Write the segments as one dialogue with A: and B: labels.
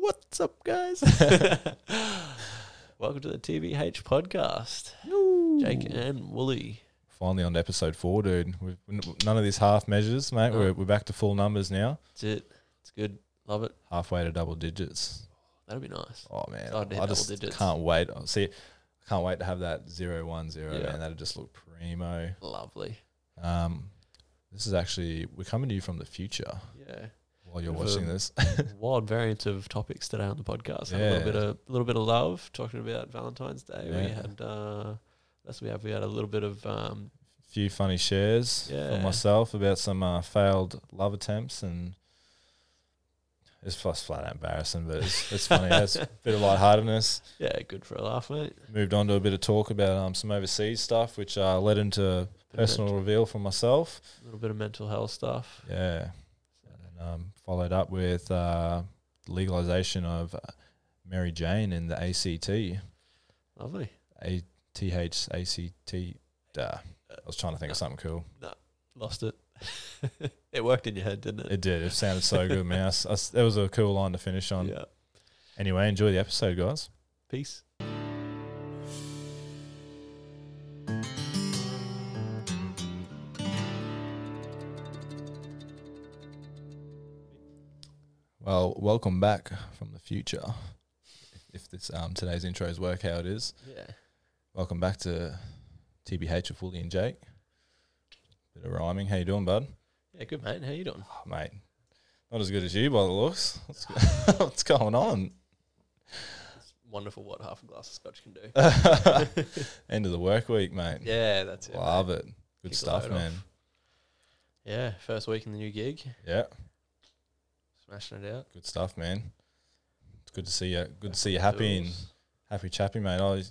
A: What's up, guys?
B: Welcome to the TBH podcast. Jake and Wooly.
A: Finally on to episode four, dude. We've, n- none of these half measures, mate.
B: No.
A: We're, we're back to full numbers now.
B: That's it. It's good. Love it.
A: Halfway to double digits.
B: That'll be nice.
A: Oh man,
B: I'd hit
A: I
B: double
A: just
B: digits.
A: can't wait. Oh, See, I can't wait to have that zero one zero.
B: Yeah.
A: Man, that'd just look primo.
B: Lovely.
A: Um, this is actually we're coming to you from the future
B: Yeah.
A: while you're
B: Bit of
A: watching
B: a-
A: this.
B: Wild variant of topics today on the podcast. Had A
A: Yeah.
B: little bit of little bit of love talking about Valentine's Day. We
A: Yeah.
B: had uh that's what we have. We had a little bit of um
A: few funny shares
B: Yeah.
A: from myself about some uh, failed love attempts and it's plus flat out embarrassing, but it's, it's funny. It's a bit of lightheartedness.
B: yeah, good for a laugh, mate.
A: Moved on to a bit of talk about um, some overseas stuff, which uh, led into
B: Bit of
A: personal
B: ment-
A: reveal from myself.
B: little bit of mental health stuff.
A: Yeah, and um, followed up with uh, legalization of uh, Mary Jane in the ACT.
B: Lovely.
A: A T H A C T. Duh. I was trying to think of something cool.
B: Lost it. it worked in your head, didn't it?
A: It did. It sounded so good, man. I s- I s- that was a cool line to finish on.
B: Yeah.
A: Anyway, enjoy the episode, guys.
B: Peace.
A: Well, welcome back from the future. If this um, today's intros work how it is,
B: Yeah.
A: welcome back to TBH with Wooly and Jake. Bit of rhyming. How you doing, bud?
B: Yeah, good mate. How you doing?
A: Oh, mate, not as good as you by the looks. What's, go- what's going on?
B: It's wonderful what half a glass of scotch can do.
A: End of the work week, mate.
B: yeah, that's it.
A: Love it. Good
B: Kick a
A: stuff,
B: load
A: man.
B: off. Yeah, first week in the new gig,
A: Yeah,
B: smashing it out.
A: good stuff, man. It's good to see you. Good to see you happy and
B: Bills.
A: Happy chappy, mate. I, was-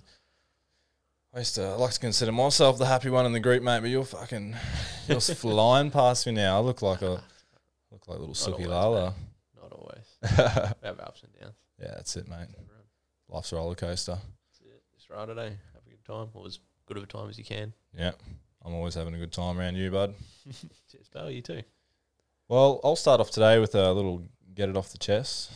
A: I used to I like to consider myself the happy one in the group, mate. But you're fucking, you're s- flying past me now. I look like a look like little
B: Not
A: Suki
B: always,
A: Lala.
B: Not always.
A: yeah,
B: We have ups and downs.
A: that's it, mate.
B: It's everyone.
A: Life's a roller coaster.
B: That's it. Just ride it, eh? Have a good time, or as good of a time as you can.
A: Yeah, I'm always having a good time around you, bud.
B: Cheers, Bell. You too.
A: Well, I'll start off today with a little get it off the chest.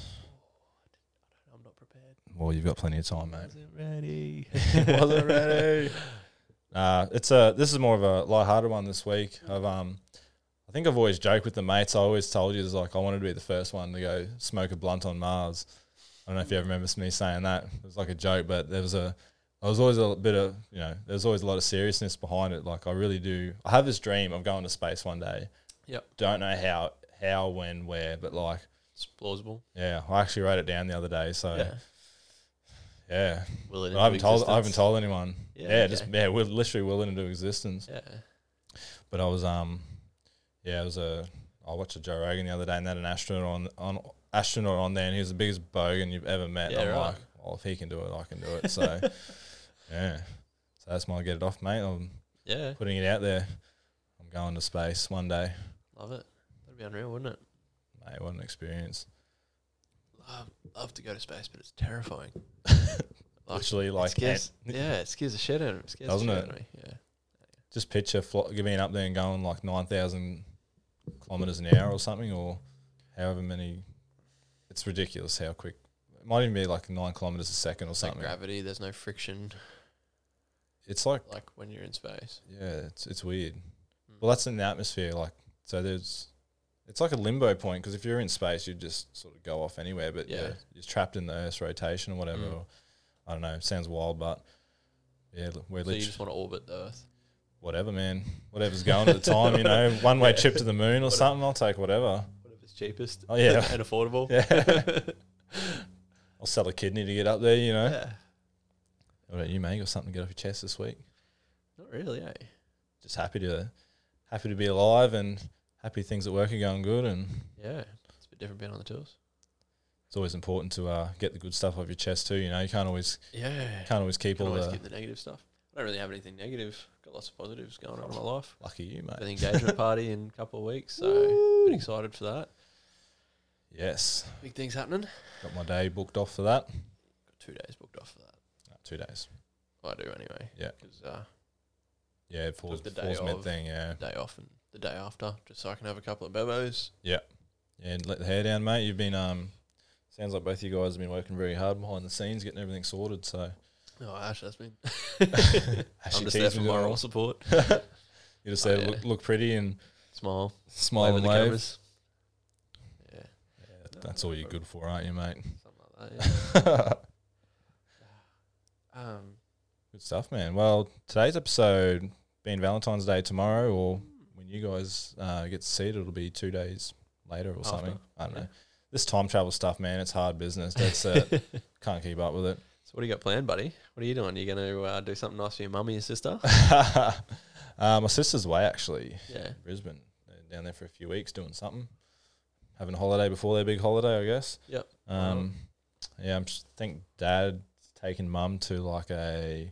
B: I'm not prepared.
A: Well, you've got plenty of time, mate.
B: Wasn't ready.
A: Wasn't ready. Uh, it's a this is more of a lighthearted one this week. I've um, I think I've always joked with the mates. I always told you, it's like I wanted to be the first one to go smoke a blunt on Mars. I don't know if you ever remember me saying that. It was like a joke, but there was a, I was always a bit of you know, there's always a lot of seriousness behind it. Like I really do. I have this dream of going to space one day.
B: Yep.
A: Don't know how, how, when, where, but like,
B: It's plausible.
A: yeah, I actually wrote it down the other day. So yeah,
B: Yeah. Will it?
A: But I haven't
B: into
A: told I haven't
B: existence?
A: told anyone. Yeah,
B: Yeah,
A: just
B: okay.
A: yeah, we're literally willing into existence.
B: Yeah.
A: But I was um, yeah, I was a. I watched a Joe Rogan the other day, and they had an astronaut on on astronaut on there, and he was the biggest bogan you've ever met.
B: Yeah,
A: and I'm
B: right.
A: like, well, if he can do it, I can do it. So, yeah, so that's my get it off, mate. I'm
B: Yeah.
A: putting it out there. I'm going to space one day,
B: Love it. That'd be unreal, wouldn't it?
A: mate. What an experience!
B: Love, love to go to space, but it's terrifying. Like,
A: Literally,
B: It
A: like
B: scares,
A: eh,
B: yeah, it scares the shit out of me. It scares
A: Doesn't
B: the shit
A: it?
B: out of me. Yeah.
A: just picture flo- being up there and going like nine thousand kilometers an hour or something, or however many. It's ridiculous how quick. It might even be like nine kilometers a second or
B: It's like
A: something.
B: gravity. There's no friction
A: it's like
B: like when you're in space.
A: Yeah, it's it's weird.
B: Hmm.
A: Well, that's in the atmosphere. Like, so there's, it's like a limbo point because if you're in space, you just sort of go off anywhere. But yeah,
B: Yeah.
A: you're trapped in the Earth's rotation or whatever.
B: Mm.
A: Or, I don't know. It sounds wild, but yeah, look, we're
B: so you
A: literally
B: just want to orbit the Earth.
A: whatever, man. Whatever's going at the time, you know. One way
B: Yeah.
A: trip to the moon or something. I'll take whatever.
B: Whatever's cheapest.
A: Oh, yeah.
B: and affordable.
A: Yeah. I'll sell a kidney to get up there, you know.
B: Yeah.
A: What about you, mate? You Got something to get off your chest this week?
B: Not really, eh?
A: Just happy to, happy to be alive and happy things at work are going good and.
B: Yeah. It's a bit different being on the tours.
A: it's always important to uh, get the good stuff off your chest too. You know, you can't always
B: Yeah.
A: can't uh, always keep
B: Can
A: all
B: always
A: the
B: keep the negative stuff. I don't really have anything negative. Got lots of positives going on in my life.
A: lucky you,
B: Got an
A: mate.
B: engagement party in a couple of weeks, so
A: Woo.
B: bit excited for that.
A: Yes,
B: Big things happening.
A: got my day booked off for that.
B: Got two days booked off for that.
A: No, two days.
B: I do anyway.
A: Yeah.
B: Because uh,
A: Yeah, it falls,
B: the day
A: falls mid
B: of.
A: thing. Yeah,
B: day off and the day after, just so I can have a couple of bevos.
A: yeah, and let the hair down, mate. You've been um Sounds like both you guys have been working very hard behind the scenes, getting everything sorted. So
B: No, Oh, Ash, that's me.
A: Actually
B: I'm just there
A: teased
B: for
A: me doing
B: moral
A: all-
B: support.
A: You just said
B: Oh, yeah.
A: look, look pretty and
B: Smile.
A: smile
B: wave at
A: and
B: the
A: wave.
B: cameras. Yeah,
A: Yeah, that's all you're good for, aren't you, mate?
B: something like that.
A: good
B: Yeah. um,
A: stuff, man. Well, today's episode being Valentine's Day tomorrow, or when you guys uh, get to see it, it'll be two days later or
B: After.
A: something. I don't
B: Yeah.
A: know. This time travel stuff, man, it's hard business. That's it. Can't keep up with it.
B: so what do you got planned, buddy? What are you doing? You going to uh, do something nice for your mum and your sister?
A: uh, my sister's away actually,
B: yeah.
A: in Brisbane, They're down there for a few weeks doing something, having a holiday before their big holiday, I guess.
B: Yep.
A: Um, yeah, I'm just, think dad's taking mum to like a,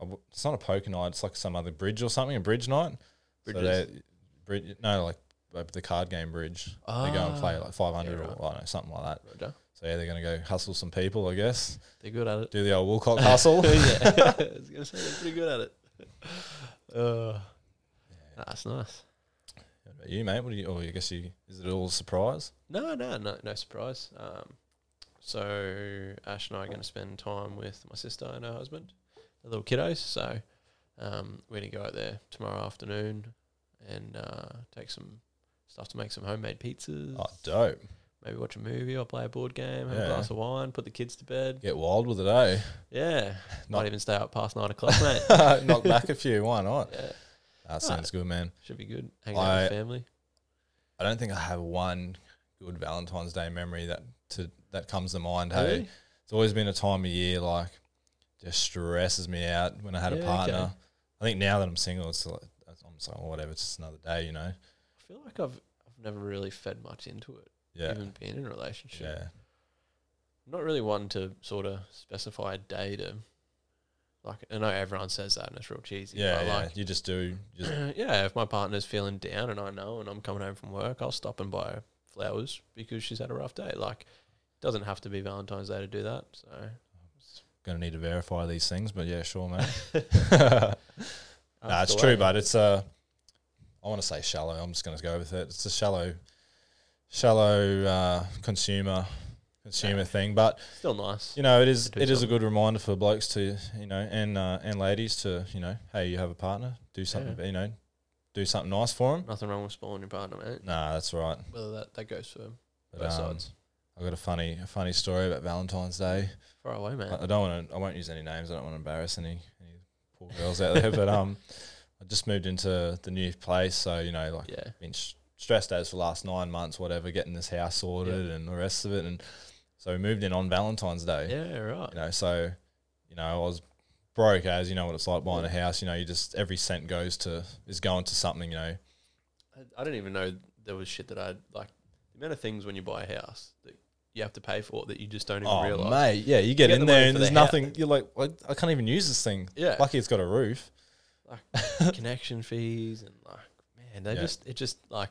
A: I w- it's not a poker night, it's like some other bridge or something, a bridge night.
B: Bridges.
A: they- brid- no, like like the card game bridge. They go and play
B: Ah,
A: like 500
B: yeah,
A: or I don't know, something like that.
B: Roger.
A: So yeah, they're going to go hustle some people, I guess.
B: They're good at it.
A: Do the old Wilcock hustle.
B: yeah. I was gonna say they're pretty good at it. Uh, nah, that's nice.
A: What about you, mate? What do you? Oh, I guess you. Is it all a surprise?
B: No, no, no, no surprise. Um, so Ash and I are going to spend time with my sister and her husband, the little kiddos. So um, we're going to go out there tomorrow afternoon and uh, take some stuff to make some homemade pizzas.
A: Oh, dope.
B: Maybe watch a movie or play a board game, have
A: Yeah.
B: a glass of wine, put the kids to bed.
A: Get wild with it, eh?
B: Yeah,
A: Not-
B: might even stay up past nine o'clock, mate.
A: Knock back a few. Why not?
B: Yeah,
A: That sounds good, man.
B: should be good. Hanging out
A: I-
B: with family.
A: I don't think I have one good Valentine's Day memory that to that comes to mind. Hey,
B: Really?
A: it's always been a time of year like just stresses me out when I had a
B: Yeah,
A: partner.
B: okay.
A: I think now that I'm single, it's like I'm just like, oh, whatever. It's just another day, you know.
B: I feel like I've I've never really fed much into it,
A: Yeah,
B: even being in a relationship.
A: yeah,
B: I'm not really one to sort of specify a day to like I know everyone says that and it's real cheesy.
A: yeah,
B: but
A: yeah.
B: like
A: you just do. Just
B: yeah, if my partner's feeling down and I know and I'm coming home from work, I'll stop and buy her flowers because she's had a rough day. Like it doesn't have to be Valentine's Day to do that. So
A: gonna need to verify these things, but yeah, sure, mate. Nah,
B: that's
A: it's
B: the
A: true,
B: way.
A: but it's uh, I want to say shallow. I'm just going to go with it. It's a shallow, shallow uh, consumer consumer
B: Yeah.
A: thing. But
B: still nice.
A: you know, it is
B: To do
A: it is a
B: something.
A: good reminder for blokes to you know and uh, and ladies to you know, hey, you have a partner, do something you know, do something nice for them.
B: Nothing wrong with spoiling your partner, mate.
A: Nah, that's right.
B: Whether that, that goes for
A: But,
B: both
A: um,
B: sides.
A: I got a funny a funny story about Valentine's Day.
B: Far away, man.
A: I, I don't want to. I won't use any names. I don't want to embarrass any, any poor girls out there. But um, I just moved into the new place, so you know, like.
B: yeah.
A: been s- stressed as for the last nine months, whatever, getting this house sorted and the rest of it. And so we moved in on Valentine's Day.
B: Yeah, right.
A: You know, so you know, I was broke as you know what it's like buying a house. You know, you just every cent goes to is going to something. You know,
B: I, I don't even know there was shit that I like. The amount of things when you buy a house that you have to pay for that you just don't even
A: oh
B: realize.
A: mate, yeah, you get,
B: get
A: in
B: the money
A: there and
B: for
A: there's
B: the
A: nothing. You're like, "What? I can't even use this thing.
B: Yeah,
A: Lucky it's got a roof.
B: connection fees and like, man, they
A: Yeah.
B: just it just like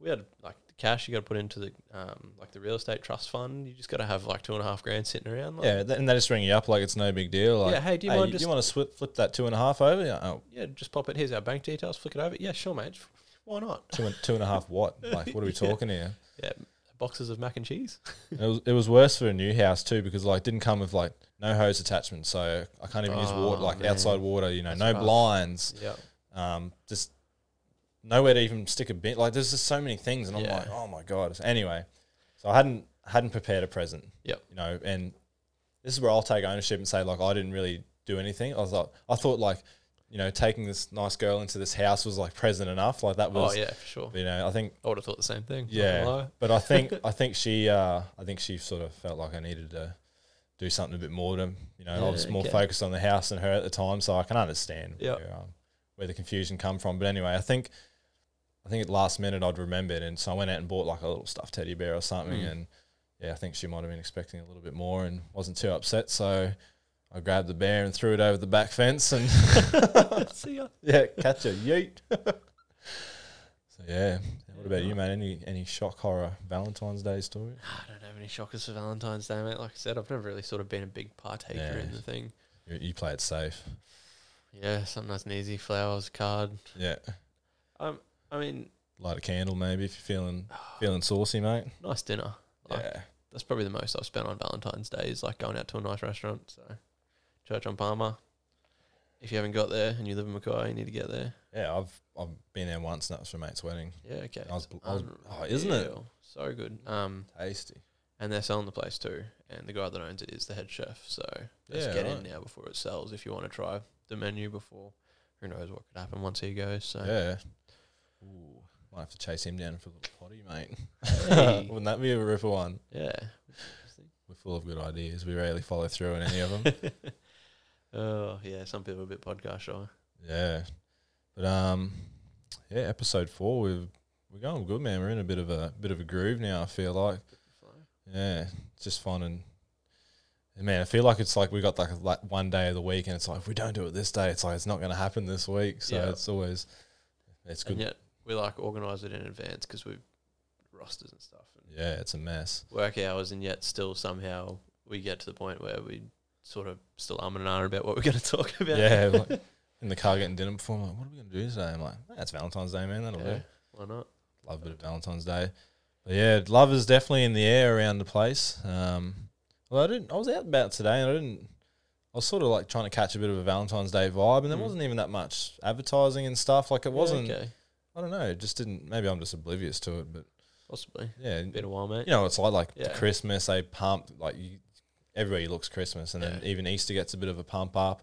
B: we had like the cash you got to put into the um like the real estate trust fund. You just got to have like two and a half grand sitting around. Like,
A: Yeah, th- and they just ring you up like it's no big deal. Like,
B: yeah. Hey, do you mind
A: you,
B: just
A: want to swi flip that two and a half over? Yeah, Oh,
B: yeah just pop it? Here's our bank details. Flick it over. Yeah, sure, mate. Why not?
A: two and two and a half what? Like, what are we
B: Yeah.
A: talking here?
B: Yeah, boxes of mac and cheese.
A: And It was, it was worse for a new house too because like it didn't come with like no hose attachment, so I can't even use water
B: Oh,
A: like
B: man.
A: outside water. You know,
B: That's
A: no
B: rough.
A: blinds,
B: yeah,
A: um, just nowhere to even stick a bit. Like there's just so many things, and I'm
B: Yeah.
A: like, oh my god. Anyway, so I hadn't hadn't prepared a present.
B: Yep.
A: You know, and this is where I'll take ownership and say like I didn't really do anything. I was like, I thought like, you know, taking this nice girl into this house was like present enough. Like that
B: oh
A: was,
B: yeah, for sure.
A: you know, I think
B: I would have thought the same thing. not gonna
A: yeah,
B: lie.
A: but I think I think she uh, I think she sort of felt like I needed to do something a bit more to you know I
B: Yeah,
A: was more
B: okay.
A: focused on the house than her at the time, so I can understand
B: Yep.
A: where, um, where the confusion come from. But anyway, I think I think at last minute I'd remembered, and so I went out and bought like a little stuffed teddy bear or something,
B: Mm.
A: and yeah, I think she might have been expecting a little bit more and wasn't too upset, so. I grabbed the bear and threw it over the back fence, and
B: See ya.
A: yeah, catch a yeet. so yeah, what about you, mate? Any any shock horror Valentine's Day story?
B: I don't have any shockers for Valentine's Day, mate. Like I said, I've never really sort of been a big partaker
A: Yeah.
B: in the thing.
A: You, you play it safe.
B: Yeah, something nice and easy, flowers, card.
A: Yeah,
B: Um, I mean,
A: light a candle maybe if you're feeling feeling saucy, mate.
B: nice dinner. Like,
A: yeah,
B: that's probably the most I've spent on Valentine's Day is like going out to a nice restaurant. So, Church on Palmer. If you haven't got there and you live in Mackay, you need to get there.
A: Yeah, I've I've been there once, and that was for a mate's wedding.
B: Yeah, okay.
A: I was
B: It's
A: bl- I was- oh, isn't it?
B: unreal. So good. Um,
A: Tasty.
B: and they're selling the place too. And the guy that owns it is the head chef. So let's
A: Yeah,
B: get
A: right.
B: in now before it sells. If you want to try the menu before, who knows what could happen once he goes. So
A: Yeah. Ooh, might have to chase him down for a little potty, mate.
B: Hey.
A: Wouldn't that be a ripper one?
B: yeah.
A: We're full of good ideas. We rarely follow through on any of them.
B: oh yeah, some people are a bit podcast shy.
A: yeah. But um, yeah. Episode four, we've we're going good, man. We're in a bit of a bit of a groove now. I feel like. Yeah, it's just fun and and man, I feel like it's like we got like, a- like one day of the week, and it's like if we don't do it this day, it's like it's not going to happen this week. So
B: Yeah.
A: it's always it's good.
B: And
A: Yeah.
B: yet we like organise it in advance because we've rosters and stuff and
A: it's a mess.
B: work hours, and yet still somehow we get to the point where we sort of still umming and ahhing about what we're going to talk about.
A: Yeah, like in the car getting dinner before, I'm like, what are we going to do today? I'm like, that's Valentine's Day, man. That'll
B: Yeah,
A: do.
B: why not?
A: Love a bit of Valentine's Day. But yeah, love is definitely in the air around the place. Um, well, I didn't. I was out and about today, and I didn't. I was sort of like trying to catch a bit of a Valentine's Day vibe, and there
B: Mm.
A: wasn't even that much advertising and stuff. Like it wasn't.
B: okay,
A: I don't know. It just didn't. Maybe I'm just oblivious to it, but
B: possibly.
A: yeah,
B: Been
A: you
B: a while, mate.
A: know, it's like like
B: Yeah.
A: Christmas. They pump like you, everybody looks Christmas, and then
B: Yeah.
A: even Easter gets a bit of a pump up.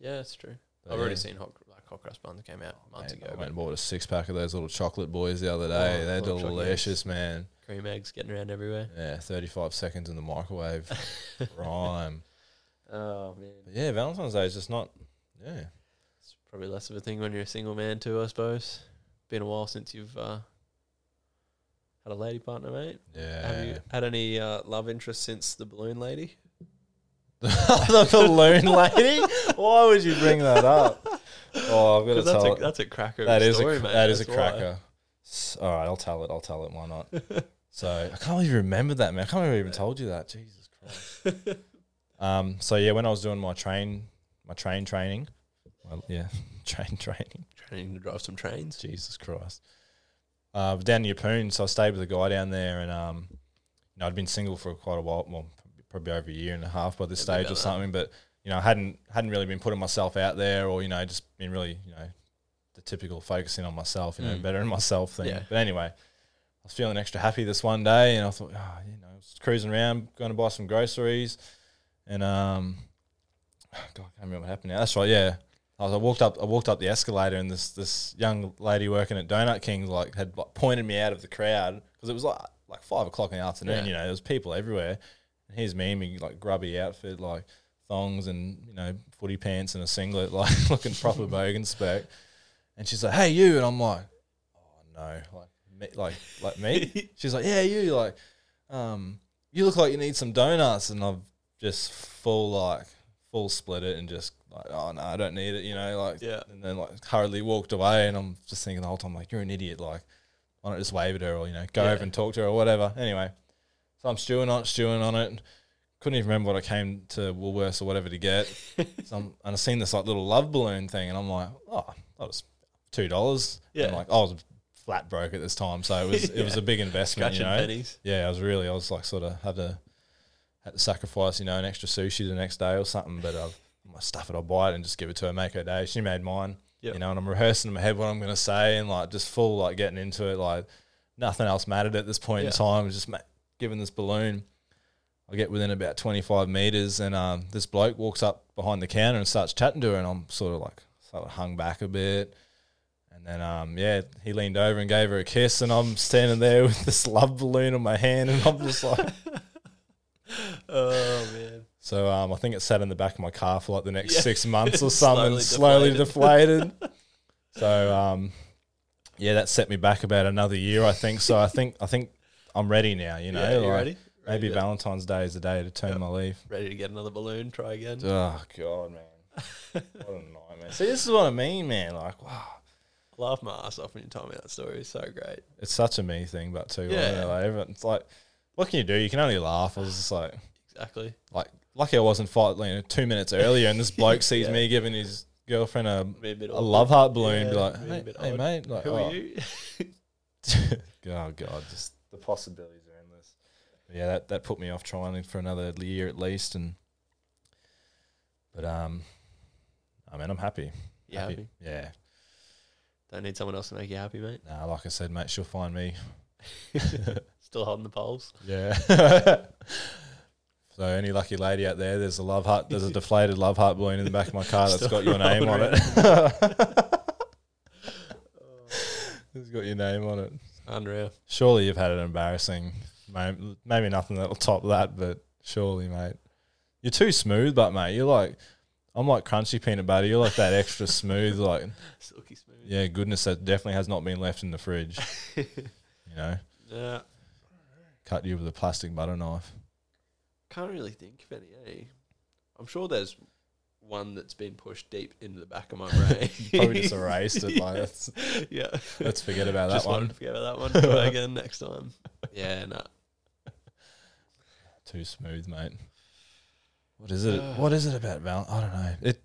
B: Yeah, that's true.
A: But
B: I've already
A: yeah.
B: seen hot, like hot cross buns that came out months
A: Mate,
B: ago.
A: I went
B: but
A: and bought a six pack of those little chocolate boys the other day.
B: Oh,
A: They're
B: little chocolates.
A: delicious, man.
B: cream eggs getting around everywhere.
A: Yeah, thirty five seconds in the microwave, prime.
B: Oh man,
A: But yeah, Valentine's Day is just not. Yeah,
B: it's probably less of a thing when you're a single man too. I suppose. Been a while since you've uh, had a lady partner, mate.
A: yeah.
B: Have you had any uh, love interest since the balloon lady?
A: the balloon lady. Why would you bring that up? Oh, I've got to
B: 'Cause
A: tell.
B: that's, a,
A: it.
B: that's a cracker. of
A: That
B: a
A: is
B: story,
A: a cr-
B: mate.
A: that is a
B: That's why.
A: cracker. S- All right, I'll tell it. I'll tell it. Why not? so I can't believe you remembered that, man. I can't believe I even
B: Yeah.
A: told you that. Jesus Christ. um. So yeah, when I was doing my train, my train training, well, yeah, train training.
B: Training to drive some trains.
A: Jesus Christ. Uh, down in Yapoon, so I stayed with a guy down there, and um, you know, I'd been single for quite a while, well, probably over a year and a half by this
B: Yeah,
A: stage
B: about
A: or
B: that.
A: something. But you know, I hadn't hadn't really been putting myself out there, or you know, just been really you know, the typical focusing on myself, you know,
B: Mm.
A: bettering myself thing.
B: Yeah.
A: But anyway, I was feeling extra happy this one day, and I thought, oh, you know, I was cruising around, going to buy some groceries, and um, God, I can't remember what happened now. That's right, yeah. I was I walked up I walked up the escalator and this this young lady working at Donut King like had like, pointed me out of the crowd because it was like like five o'clock in the afternoon.
B: Yeah.
A: You know, there was people everywhere. And here's me in me like grubby outfit, like thongs and you know footy pants and a singlet, like looking proper bogan spec. And she's like, "Hey, you," and I'm like, "Oh no, like me, like like me." she's like, "Yeah, you." Like, um, you look like you need some donuts, and I've just full like full split it and just like, oh no, I don't need it, you know, like,
B: Yeah.
A: and then like hurriedly walked away, and I'm just thinking the whole time like, you're an idiot, like, why don't just wave at her or you know go
B: Yeah.
A: over and talk to her or whatever. Anyway, so I'm stewing on it, stewing on it. Couldn't even remember what I came to Woolworths or whatever to get. so I'm, and I seen this like little love balloon thing, and I'm like, oh, that was two dollars.
B: Yeah.
A: like I was flat broke at this time, so it was it was
B: Yeah.
A: a big investment,
B: Scratching
A: you know.
B: pennies.
A: Yeah, I was really, I was like, sort of had to had to sacrifice, you know, an extra sushi the next day or something. But I've, I'm like, stuff it, I'll buy it and just give it to her, make her day. She made mine,
B: Yep.
A: you know, and I'm rehearsing in my head what I'm going to say and like just full like getting into it. Like nothing else mattered at this point in
B: Yeah.
A: time. It was just ma- giving this balloon. I get within about 25 meters and um, this bloke walks up behind the counter and starts chatting to her. And I'm sort of like, sort of hung back a bit. And then, um, yeah, he leaned over and gave her a kiss, and I'm standing there with this love balloon in my hand, and I'm just like,
B: Oh man.
A: so um, I think it sat in the back of my car for like the next
B: Yeah.
A: six months or something,
B: Slowly
A: slowly deflated. so um, yeah, that set me back about another year, I think. So I think I think I'm ready now. You know,
B: yeah, you
A: like,
B: ready?
A: Maybe
B: ready, to,
A: Valentine's Day is the day to turn
B: Yeah.
A: my leaf.
B: ready to get another balloon? Try again.
A: Oh god, man, what a nightmare. See, this is what I mean, man. Like, wow.
B: Laugh my ass off when you tell me that story. It's so great.
A: it's such a me thing, but too.
B: Yeah.
A: Yeah. Like, everyone- it's like, what can you do? You can only laugh. I was just like,
B: Exactly.
A: like lucky I wasn't fight, you know, two minutes earlier, and this bloke sees
B: Yeah.
A: me giving his girlfriend a,
B: Be a bit
A: a
B: awkward.
A: love heart balloon.
B: Yeah,
A: be like,
B: be a
A: hey,
B: bit
A: hey,
B: odd.
A: mate, like,
B: Who
A: oh.
B: are you?
A: oh god, just the possibilities are endless. yeah, that, that put me off trying for another year at least. And but um, I mean, I'm happy.
B: You happy?
A: Yeah.
B: Don't need someone else to make you happy, mate.
A: Nah, like I said, mate, she'll find me.
B: Still holding the poles.
A: Yeah. so any lucky lady out there, there's a love heart. There's a deflated love heart balloon in the back of my car that's got your name on it. Oh. it's got your name on it.
B: Unreal.
A: Surely you've had an embarrassing moment. Maybe nothing that'll top that, but surely, mate. You're too smooth, but mate, you're like, I'm like crunchy peanut butter. You're like that extra smooth, like,
B: Silky smooth.
A: yeah, goodness that definitely has not been left in the fridge. You know,
B: Yeah.
A: cut you with a plastic butter knife.
B: Can't really think of any. Eh? I'm sure there's one that's been pushed deep into the back of my brain.
A: Probably just erased it. Like, let's,
B: yeah.
A: let's forget about that
B: Just
A: one.
B: wanted to forget about that one. Do it again next time. Yeah, no.
A: Too smooth, mate. What is it? what is it about Val? I don't know. It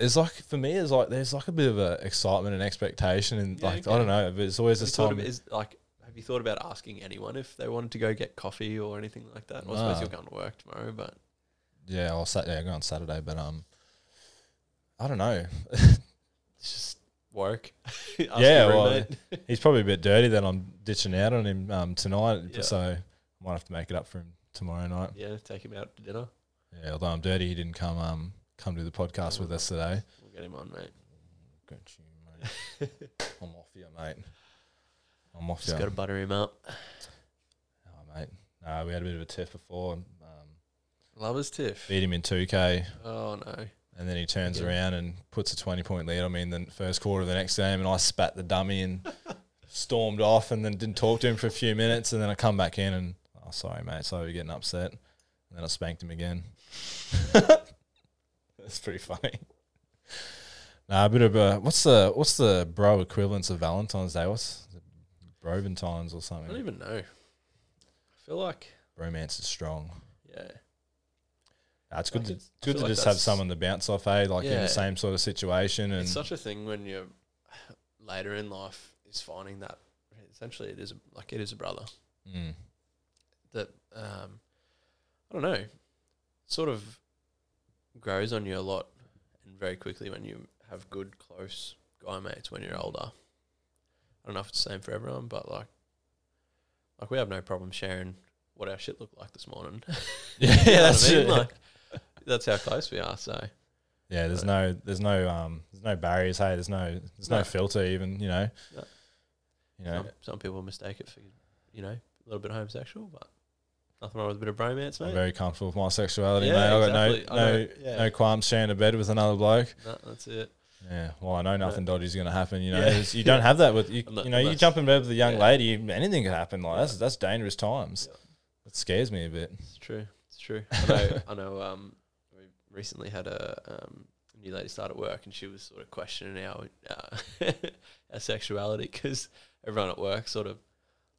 A: it's like for me, it's like there's like a bit of a excitement and expectation, and
B: Yeah,
A: like
B: okay.
A: I don't know, but it's always
B: Have you
A: this
B: thought
A: time.
B: of, is like have you thought about asking anyone if they wanted to go get coffee or anything like that? I suppose
A: Nah.
B: you're going to work tomorrow, but
A: yeah, I'll sat yeah, I go on Saturday, but um, I don't know.
B: it's just work. Ask your
A: Yeah, well,
B: roommate.
A: He's probably a bit dirty that I'm ditching out on him um tonight,
B: Yeah.
A: so I might have to make it up for him tomorrow night.
B: yeah, take him out to dinner.
A: Yeah, although I'm dirty, he didn't come um come to the podcast with us today.
B: We'll get him on, mate.
A: Got you, mate. I'm off you, mate. I'm off
B: Just
A: you.
B: got to butter him up.
A: Oh, mate. No, we had a bit of a tiff before. Um,
B: Lovers tiff.
A: beat him in 2K,
B: Oh no.
A: and then he turns
B: Yeah.
A: around and puts a 20 point lead on me in the first quarter of the next game. And I spat the dummy and stormed off, and then didn't talk to him for a few minutes. And then I come back in and, oh, sorry, mate. Sorry, we're getting upset. And then I spanked him again. That's pretty funny. Nah, a bit of a what's the what's the bro equivalence of Valentine's Day? What's the Broventines or
B: I don't
A: something?
B: even know. I feel like
A: Romance is strong.
B: yeah.
A: Uh, it's
B: Like,
A: good to,
B: it's- I
A: good
B: feel
A: to
B: like
A: just have
B: that's-
A: someone to bounce off, eh? Like in
B: Yeah.
A: the same sort of situation. And
B: It's such a thing when you're later in life is finding that essentially it is a, like it is a brother
A: Mm.
B: that um, I don't know sort of grows on you a lot and very quickly when you have good close guy mates when you're older. I don't know if it's the same for everyone, but like like we have no problem sharing what our shit looked like this morning.
A: yeah,
B: You know what
A: that's
B: I mean?
A: it.
B: Like that's how close we are. So
A: yeah, there's no, there's no, um, there's no barriers. Hey, there's no, there's no,
B: No.
A: filter even. You know,
B: No.
A: you know,
B: Some, some people mistake it for, you know, a little bit homosexual, but nothing wrong with a bit of bromance,
A: I'm
B: mate.
A: very comfortable with my sexuality,
B: Yeah,
A: mate. I've got
B: exactly. I
A: no, no,
B: know, yeah.
A: no qualms sharing a bed with another bloke.
B: No, that's it.
A: Yeah, well, I know nothing dodgy's going to happen. You know,
B: Yeah.
A: It's- you don't have that with you.
B: Unle-
A: you know, you
B: unless-
A: jump in bed with a young
B: yeah.
A: lady, you- anything could happen. Like that's that's dangerous times.
B: Yeah.
A: It scares me a bit.
B: It's true. It's true. I know. I know. Um, we recently had a um, new lady start at work, and she was sort of questioning our uh, our sexuality because everyone at work sort of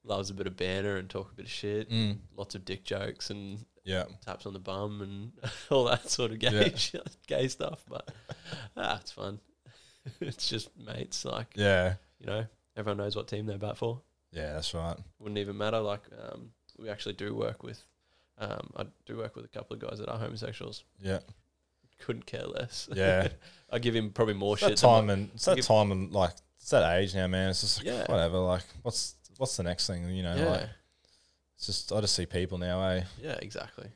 B: loves a bit of banter and talk a bit of shit,
A: Mm.
B: lots of dick jokes and
A: Yeah,
B: taps on the bum and all that sort of gay
A: Yeah.
B: shit, gay stuff. But ah, it's fun. it's just mates. Like
A: yeah,
B: you know, everyone knows what team they're bat for.
A: yeah. That's right.
B: Wouldn't even matter. Like um, we actually do work with. Um, I do work with a couple of guys that are homosexuals.
A: Yeah,
B: Couldn't care less.
A: yeah.
B: I give him probably more
A: It's
B: shit.
A: that
B: than
A: time and it's that
B: give-
A: time and like it's that age now, man. It's just like,
B: Yeah.
A: whatever. Like, what's what's the next thing? You know,
B: what- yeah,
A: like it's just I just see people now, eh?
B: yeah, exactly.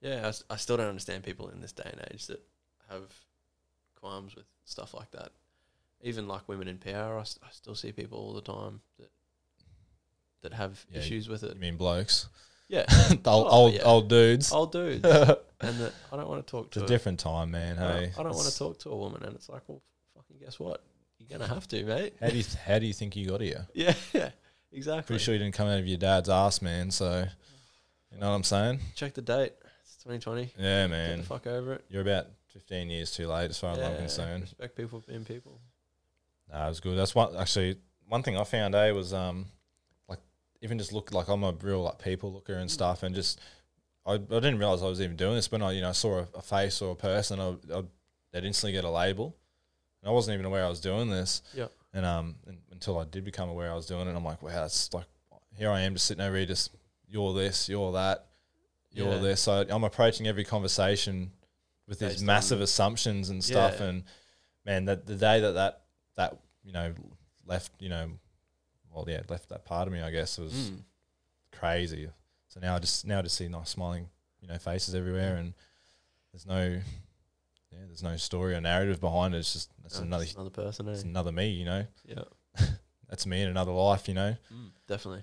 B: Yeah, I s- I, still don't understand people in this day and age that have qualms with stuff like that. Even like women in power, I, s- I still see people all the time that that have
A: Yeah,
B: issues with
A: You
B: it.
A: mean blokes?
B: Yeah,
A: old
B: Oh,
A: old,
B: yeah.
A: old dudes.
B: old dudes,
A: it's
B: and that I don't want to talk to.
A: a
B: her.
A: different time, man.
B: I don't-
A: Hey,
B: Uh, I don't want to
A: It's-
B: talk to a woman, and it's like, well, fucking guess what? You're gonna have to, mate.
A: How do you how do you think you got here?
B: yeah, yeah, exactly.
A: Pretty sure you didn't come out of your dad's ass, man. So, you know what I'm saying?
B: Check the date. It's 2020. Get
A: Yeah,
B: the
A: man.
B: fuck over it.
A: You're about 15 years too late, as far as I'm
B: Yeah,
A: concerned.
B: Respect people for being people.
A: No, it was good. That's one actually one thing I found. A was um like even just look like I'm a real like people looker and stuff, and just I, I didn't realize I was even doing this. When I you know saw a, a face or a person, I, I'd, they'd instantly get a label, and I wasn't even aware I was doing this.
B: Yeah.
A: And um un until I did become aware I was doing it, I'm like, wow, that's like here I am just sitting over here just you're this, you're that, you're
B: Yeah.
A: this. So I'm approaching every conversation with these
B: Based on-
A: massive assumptions and stuff.
B: Yeah.
A: And man, that the day that that that you know left, you know, well, yeah, left that part of me. I guess was
B: Mm.
A: crazy. So now I just now I just see nice smiling, you know, faces everywhere, and there's no, yeah, there's no story or narrative behind it. It's just that's
B: Oh,
A: another,
B: just another person. eh?
A: it's another me, you know.
B: Yeah,
A: That's me in another life, you know.
B: mm, definitely.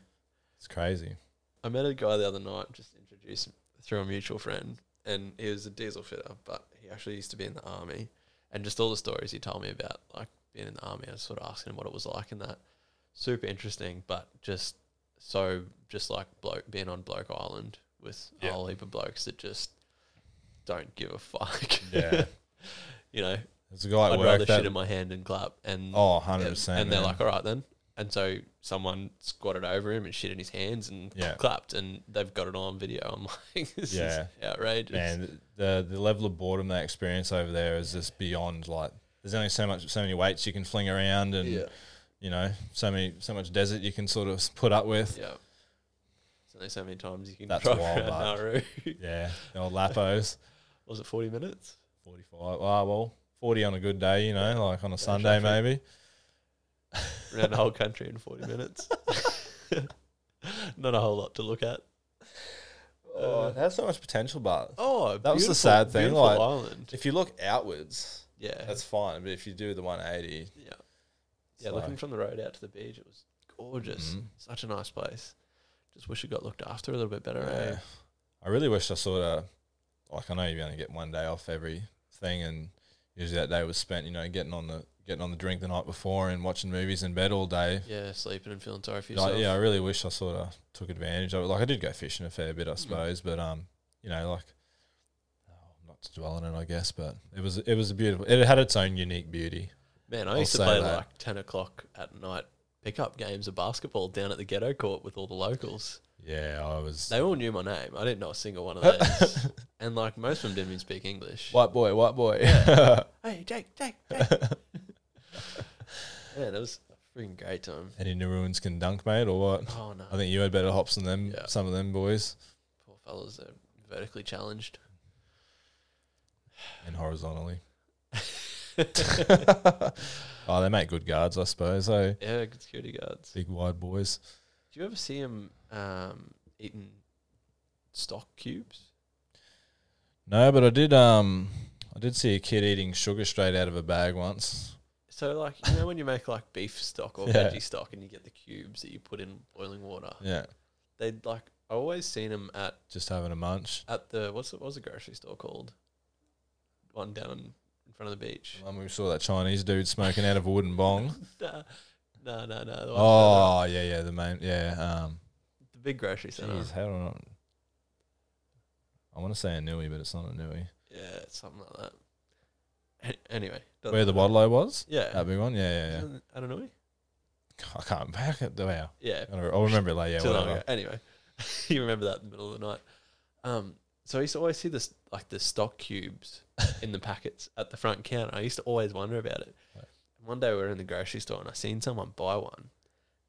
A: It's crazy.
B: I met a guy the other night, just introduced him through a mutual friend, and he was a diesel fitter, but he actually used to be in the army. And just all the stories he told me about, like being in the army, I was sort of asking him what it was like and that. Super interesting, but just so, just like bloke being on Bloke Island with
A: Yeah.
B: a whole heap of blokes that just don't give a fuck.
A: Yeah,
B: you know,
A: there's a guy at
B: I'd rather
A: work that
B: shit in my hand and clap. And
A: oh, 100
B: and,
A: percent,
B: they're like, all right then. And so someone squatted over him and shit in his hands and
A: Yeah.
B: clapped, and they've got it on video. I'm like, this
A: Yeah.
B: is outrageous.
A: man, the the level of boredom they experience over there is just beyond like. There's only so much, so many weights you can fling around, and
B: yeah,
A: you know, so many, so much desert you can sort of put up with.
B: yeah. So there's so many times you can
A: That's
B: drive
A: wild,
B: around
A: mate.
B: Nauru.
A: Yeah, the old lapos.
B: Was it 40 minutes?
A: 45. Ah, well, 40 on a good day, you know, like on a Sunday
B: traffic.
A: maybe.
B: Around the whole country in 40 minutes. Not a whole lot to look at.
A: Oh, it has so much potential, but
B: Oh,
A: That was the
B: beautiful-
A: sad thing,
B: beautiful
A: like-
B: island.
A: if you look outwards,
B: Yeah,
A: that's fine. But if you do the 180,
B: yeah,
A: it's
B: yeah. Looking
A: like-
B: from the road out to the beach, it was gorgeous.
A: Mhm.
B: Such a nice place. Just wish it got looked after a little bit better. eh?
A: Yeah. I really wish I sort of, like, I know you only get one day off every thing, and usually that day was spent, you know, getting on the getting on the drink the night before and watching movies in bed all day.
B: Yeah, sleeping and feeling sorry for
A: Like,
B: yourself.
A: yeah, I really wish I sort of took advantage of it. Like, I did go fishing a fair bit, I suppose, but um, you know, like, oh, not to dwell on it, I guess, but it was it was a beautiful. It had its own unique beauty.
B: Man, I
A: I'll
B: used to
A: say
B: play
A: that.
B: like 10 o'clock at night pickup games of basketball down at the ghetto court with all the locals.
A: Yeah, I was
B: They all knew my name. I didn't know a single one of those. and like most of them didn't even speak English.
A: white boy, white boy.
B: Hey, Jake, Jake, Jake. Man, it was a freaking great time.
A: Any Nauruans can dunk, mate, or what?
B: Oh, no.
A: I think you had better hops than them.
B: Yeah.
A: Some of them boys
B: Poor fellas are vertically challenged.
A: and horizontally. oh, they make good guards, I suppose. Oh,
B: Yeah, good security guards.
A: big wide boys.
B: Do you ever see them um, eating stock cubes?
A: No, but I did. Um, I did see a kid eating sugar straight out of a bag once.
B: So like you know when you make like beef stock or
A: Yeah.
B: veggie stock and you get the cubes that you put in boiling water,
A: Yeah,
B: they'd like I always seen them at
A: just having a munch.
B: at the what's the, what was the grocery store called? One down in, in front of the beach.
A: And we saw that Chinese dude smoking out of a wooden bong.
B: nah, no, no, no. The, one further up.
A: oh, yeah, yeah, the main, yeah. Um,
B: the big grocery center.
A: Jeez, how do I? Not, I want to say a Nui, but it's not a Nui.
B: Yeah, it's something like that. An- anyway, doesn't
A: Where the
B: matter.
A: Wadlow was?
B: Yeah,
A: That big one? Yeah, yeah, yeah.
B: Isn't it- I don't know.
A: I can't back it. Wow.
B: Yeah,
A: I don't- I'll remember it later.
B: too
A: Yeah,
B: long
A: whatever.
B: ago. Anyway, you remember that in the middle of the night. Um, so I used to always see this like the stock cubes in the packets at the front counter. I used to always wonder about it.
A: Right.
B: And one day we were in the grocery store and I seen someone buy one,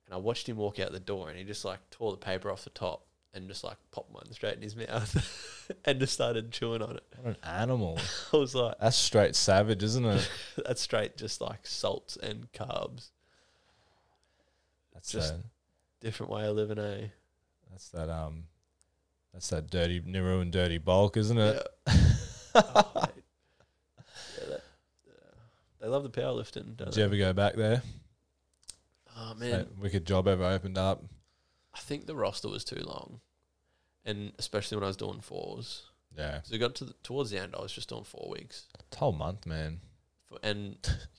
B: and I watched him walk out the door and he just like tore the paper off the top and just like popped one straight in his mouth and just started chewing on it.
A: What an animal.
B: I was like,
A: That's straight savage, isn't it?
B: that's straight just like salts and carbs.
A: That's
B: Just-
A: that,
B: Different way of living, eh?
A: that's that um that's that dirty Niru and dirty bulk, isn't it?
B: Oh, mate. yeah, that, yeah. they love the powerlifting, don't
A: Did
B: they?
A: you ever go back there?
B: Oh man,
A: That wicked job ever opened up.
B: I think the roster was too long, and especially when I was doing fours.
A: Yeah.
B: So we got to the, towards the end, I was just doing four weeks,
A: It's a whole month, man.
B: for, and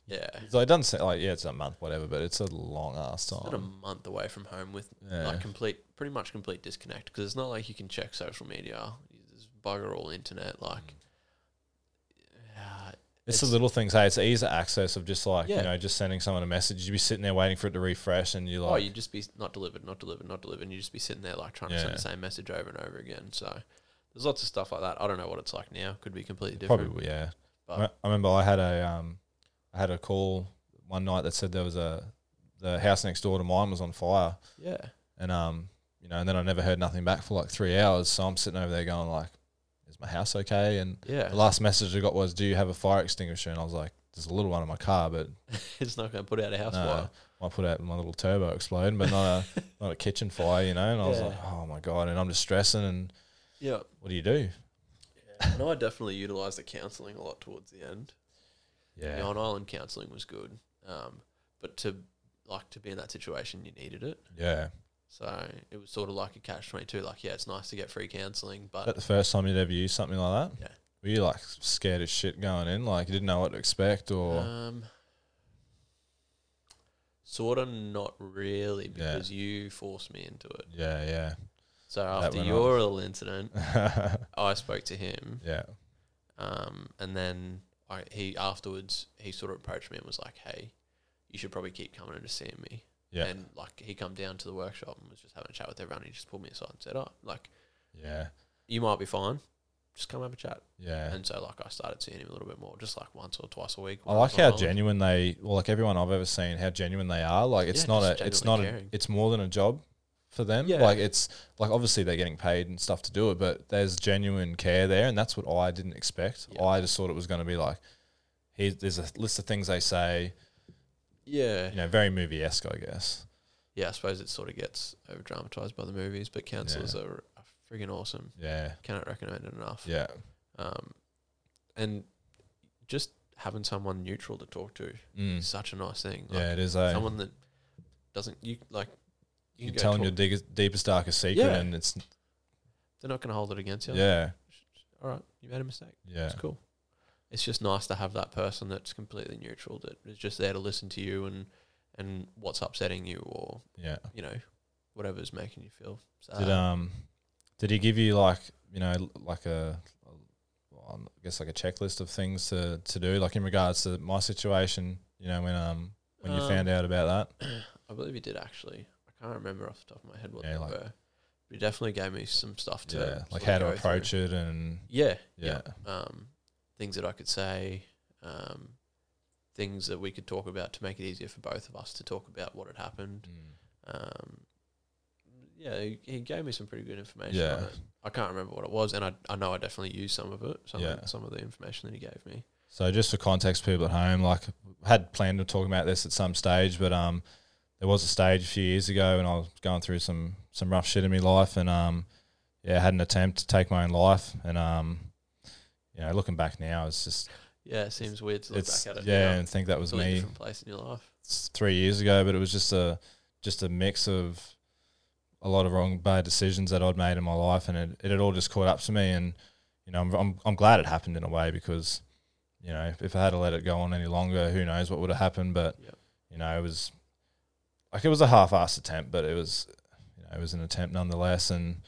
B: yeah,
A: It's like it doesn't say like yeah, it's a month, whatever, but it's a long ass
B: it's not a
A: time.
B: month away from home with
A: Yeah.
B: like complete, pretty much complete disconnect because it's not like you can check social media. There's bugger all internet,
A: Mm.
B: like. yeah,
A: It's,
B: It's-
A: the little things, hey, it's the ease of access of just like,
B: Yeah.
A: you know, just sending someone a message. You'd be sitting there waiting for it to refresh and you're
B: oh,
A: like,
B: you'd just be not delivered, not delivered, not delivered, and you'd just be sitting there like trying to send the
A: Yeah.
B: same message over and over again. So there's lots of stuff like that. I don't know what it's like now. Could be completely different.
A: probably yeah. I
B: But-
A: I remember I had a um I had a call one night that said there was a the house next door to mine was on fire.
B: Yeah.
A: and um, you know, and then I never heard nothing back for like three hours. So I'm sitting over there going like, is my house okay? And
B: Yeah.
A: the last message I got was, do you have a fire extinguisher? And I was like, there's a little one in my car, but
B: it's not going to put out a house
A: no,
B: fire.
A: might put out my little turbo exploding, but not a, not a kitchen fire, you know? And I was
B: Yeah.
A: like, oh my God. And I'm just stressing. And
B: Yeah.
A: what do you do?
B: And I definitely utilised the counselling a lot towards the end. The
A: Yeah.
B: on island counselling was good, um, but to like to be in that situation, you needed it.
A: Yeah.
B: So it was sort of like a catch twenty two. Like, yeah, it's nice to get free counselling,
A: Is that
B: but
A: the first time you'd ever used something like that?
B: Yeah.
A: Were you like scared as shit going in? Like you didn't know what to expect or.
B: um, sort of not really
A: Yeah.
B: because you forced me into it.
A: yeah,
B: So
A: That
B: after
A: went
B: your little incident,
A: yeah.
B: I spoke to him,
A: yeah.
B: um, and then I, he afterwards he sort of approached me and was like, "Hey, you should probably keep coming and just seeing me."
A: Yeah.
B: And like he come down to the workshop and was just having a chat with everyone. He just pulled me aside and said, "Oh, like
A: Yeah.
B: you might be fine. Just come have a chat."
A: Yeah.
B: And so like I started seeing him a little bit more, just like once or twice a week.
A: I
B: when
A: like
B: was on
A: how
B: holiday.
A: genuine they, well, like everyone I've ever seen, how genuine they are. Like it's
B: Yeah,
A: not
B: just
A: a, it's not
B: genuinely
A: a,
B: caring.
A: it's more than a job for them.
B: Yeah.
A: Like it's like obviously they're getting paid and stuff to do it, but there's genuine care there, and that's what I didn't expect.
B: Yeah.
A: I just thought it was going to be like, here's there's a list of things they say,
B: Yeah.
A: you know, very movie esque, I guess.
B: Yeah, I suppose it sort of gets over dramatized by the movies, but counselors are, are friggin' awesome.
A: Yeah,
B: Cannot recommend it enough.
A: yeah,
B: Um, and just having someone neutral to talk to
A: mm.
B: is such a nice thing. Like,
A: yeah. It is eh? a
B: Someone that doesn't you like.
A: you
B: go
A: tell them
B: talk-
A: your deepest, deepest darkest secret,
B: Yeah.
A: and it's
B: they're not going to hold it against you.
A: yeah,
B: All right, you made a mistake.
A: yeah,
B: It's cool. It's just nice to have that person that's completely neutral that is just there to listen to you and and what's upsetting you or
A: yeah.
B: you know whatever's making you feel sad.
A: Did um, did he give you like you know l- like a, a well, um, I guess like a checklist of things to to do like in regards to my situation? You know when um when you
B: Um,
A: found out about
B: I believe he did actually. I can't remember off the top of my head what
A: Yeah,
B: they
A: like-
B: were. But he definitely gave me some stuff
A: that,
B: to
A: yeah, like
B: sort of
A: how to
B: go through.
A: approach it and
B: Yeah,
A: yeah,
B: Um, things that I could say, um, things that we could talk about to make it easier for both of us to talk about what had happened.
A: Mm.
B: Um, yeah, he, he gave me some pretty good information. On
A: Yeah.
B: it. I can't remember what it was, and I, I know I definitely used some of it, some
A: Yeah.
B: of, some of the information that he gave me.
A: So just for context, people at home, like had planned to talk about this at some stage, but um, there was a stage a few years ago, and I was going through some some rough shit in my life, and um, yeah, I had an attempt to take my own life, and um, you know, looking back now, it's just
B: Yeah, it seems weird to look
A: it's
B: back at it.
A: yeah,
B: now.
A: and think that was
B: it's a
A: me
B: different place in your life.
A: s- three years ago, but it was just a just a mix of a lot of wrong bad decisions that I'd made in my life, and it, it had all just caught up to me. And you know, I'm, I'm I'm glad it happened in a way because you know if I had to let it go on any longer, who knows what would have happened. But
B: Yep.
A: you know, it was like it was a half-assed attempt, but it was you know it was an attempt nonetheless. And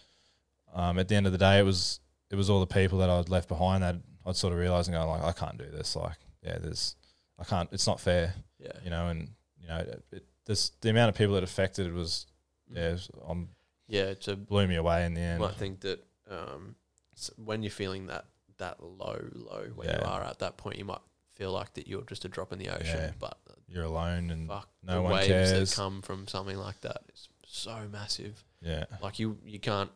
A: um, at the end of the day, it was it was all the people that I'd left behind that I'd sort of realized and going like I can't do this. Like yeah, there's I can't. It's not fair
B: Yeah,
A: you know, and you know, it, it, this the amount of people that affected it was
B: Mm.
A: yeah, it was, um,
B: yeah. It's a
A: blew me away in the end.
B: Well, I think that um, s- when you're feeling that that low, low, where you
A: Yeah.
B: are at that point, you might feel like that you're just a drop in the ocean.
A: Yeah.
B: But
A: You're alone, and
B: fuck,
A: no
B: the
A: one
B: waves
A: cares.
B: that come from something like that is so massive.
A: yeah,
B: Like you, you can't,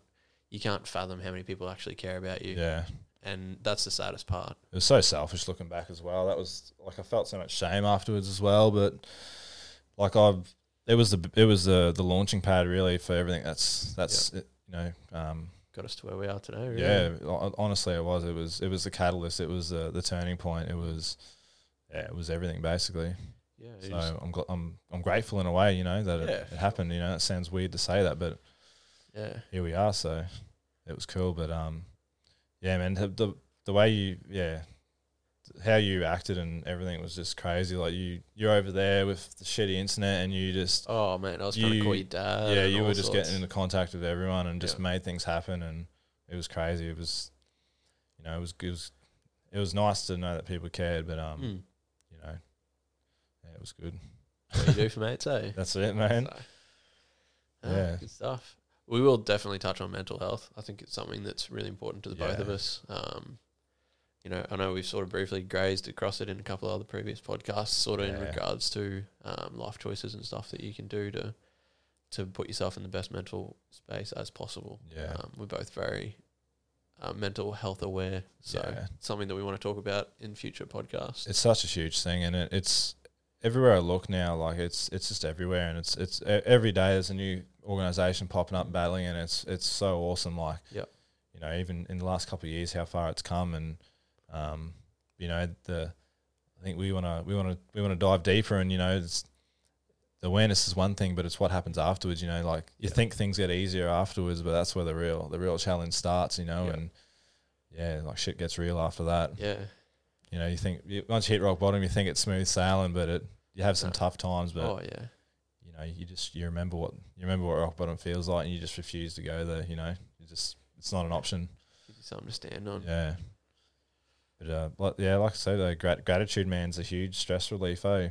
B: you can't fathom how many people actually care about you,
A: yeah,
B: and that's the saddest part.
A: it was so selfish looking back as well. That was like I felt so much shame afterwards as well, but like I've it was the it was the the launching pad really for everything. That's that's it, you know, um,
B: Got us to where we are today. Really.
A: yeah. hon- Honestly, it was it was it was the catalyst. It was the the turning point. It was yeah, it was everything basically.
B: yeah. you just-
A: So I'm, gl- I'm I'm grateful in a way, you know, that
B: Yeah,
A: it,
B: for
A: it happened. You know, it sounds weird to say that, but
B: yeah.
A: here we are. So it was cool. But um, yeah, man, the- the the way you yeah, how you acted and everything was just crazy. Like you you're over there with the shitty internet, and you just
B: Oh man, I was trying to
A: You-
B: call your dad.
A: yeah,
B: and
A: you
B: all
A: were just
B: sorts.
A: getting into contact with everyone and just
B: Yeah.
A: made things happen, and it was crazy. It was you know it was it was it was nice to know that people cared, but um,
B: Mm.
A: you know, yeah, it was good.
B: What you do for mates, eh?
A: That's it, man.
B: So,
A: Yeah.
B: yeah, good stuff. We will definitely touch on mental health. I think it's something that's really important to the both of
A: Yeah.
B: us. Um, you know, I know we've sort of briefly grazed across it in a couple of other previous podcasts, sort of in
A: Yeah.
B: regards to um, life choices and stuff that you can do to to put yourself in the best mental space as possible.
A: Yeah.
B: Um, we're both very uh, mental health aware, so
A: Yeah.
B: something that we want to talk about in future podcasts.
A: It's such a huge thing, and it, it's everywhere I look now. Like it's it's just everywhere, and it's it's e- every day there's a new organization popping up, battling, and it's it's so awesome. Like
B: Yep.
A: you know, even in the last couple of years, how far it's come, and um, you know the I think we want to we want to we want to dive deeper, and you know it's. the Awareness is one thing, but it's what happens afterwards. You know, like you
B: Yeah.
A: think things get easier afterwards, but that's where the real the real challenge starts. You know,
B: Yeah.
A: and yeah, like shit gets real after that
B: yeah,
A: you know, you think you, once you hit rock bottom, you think it's smooth sailing, but it you have some
B: No.
A: tough times. But
B: oh yeah,
A: you know, you just you remember what you remember what rock bottom feels like, and you just refuse to go there. You know, you just it's not an option.
B: Gives you something to stand on.
A: Yeah. But uh, like, yeah, like I say, the grat- gratitude man's a huge stress relief. Oh,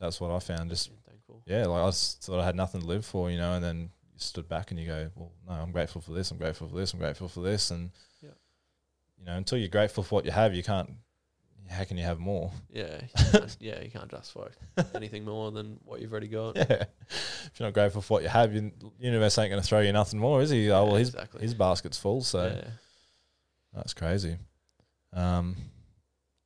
A: that's what I found. Just
B: Being thankful.
A: yeah, like I s- thought I had nothing to live for, you know, and then you stood back and you go, well, no, I'm grateful for this, I'm grateful for this, I'm grateful for this, and
B: Yeah.
A: you know, until you're grateful for what you have, you can't. How can you have more?
B: Yeah, you can't- yeah, you can't justify anything more than what you've already got.
A: Yeah. If you're not grateful for what you have, you, universe ain't going to throw you nothing more, is he? Oh, well, his,
B: exactly.
A: his basket's full, so
B: yeah.
A: that's crazy. Um,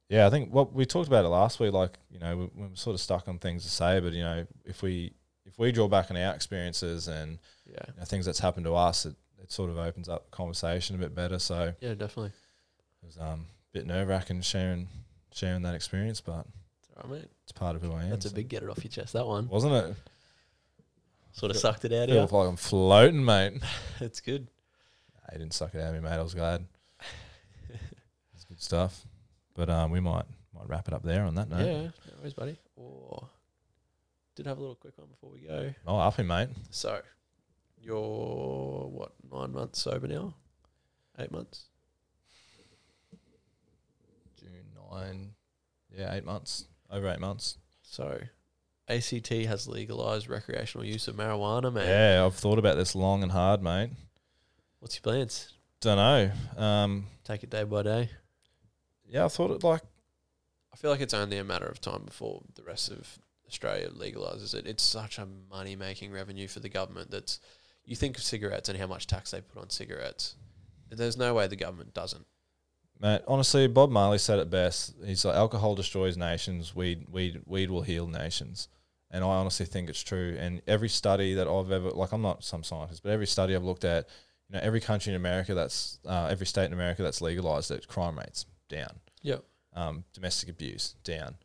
A: yeah, I think what we talked about it last week, like, you know, we, we were sort of stuck on things to say, but, you know, if we if we draw back on our experiences and
B: yeah,
A: you know, things that's happened to us, it, it sort of opens up the conversation a bit better. So it
B: yeah, definitely.
A: was um, a bit nerve wracking sharing sharing that experience, but
B: It's all right, mate.
A: it's part of who I am.
B: That's a
A: so-
B: big get it off your chest. That one
A: wasn't it?
B: sort of sucked it out.
A: feel
B: Yeah,
A: like I'm floating, mate.
B: it's good.
A: I didn't suck it out of me, mate. I was glad. It's good stuff. But um, we might might wrap it up there on that note.
B: Yeah, no worries, buddy. Or did have a little quick one before we go.
A: Oh, up him, mate.
B: So, you're what nine months sober now? Eight months?
A: June nine. Yeah, eight months. Over eight months.
B: So, ACT has legalized recreational use of marijuana, man.
A: Yeah, I've thought about this long and hard, mate.
B: What's your plans?
A: Don't know. Um,
B: Take it day by day.
A: yeah, I thought it like
B: I feel like it's only a matter of time before the rest of Australia legalizes it. It's such a money making revenue for the government that's you think of cigarettes and how much tax they put on cigarettes. There's no way the government doesn't.
A: Mate, honestly, Bob Marley said it best. He's like, alcohol destroys nations. Weed, weed, weed will heal nations. And I honestly think it's true. And every study that I've ever, like, I'm not some scientist, but every study I've looked at, you know, every country in America that's, uh, every state in America that's legalized it, crime rates down.
B: Yep.
A: Um, domestic abuse down.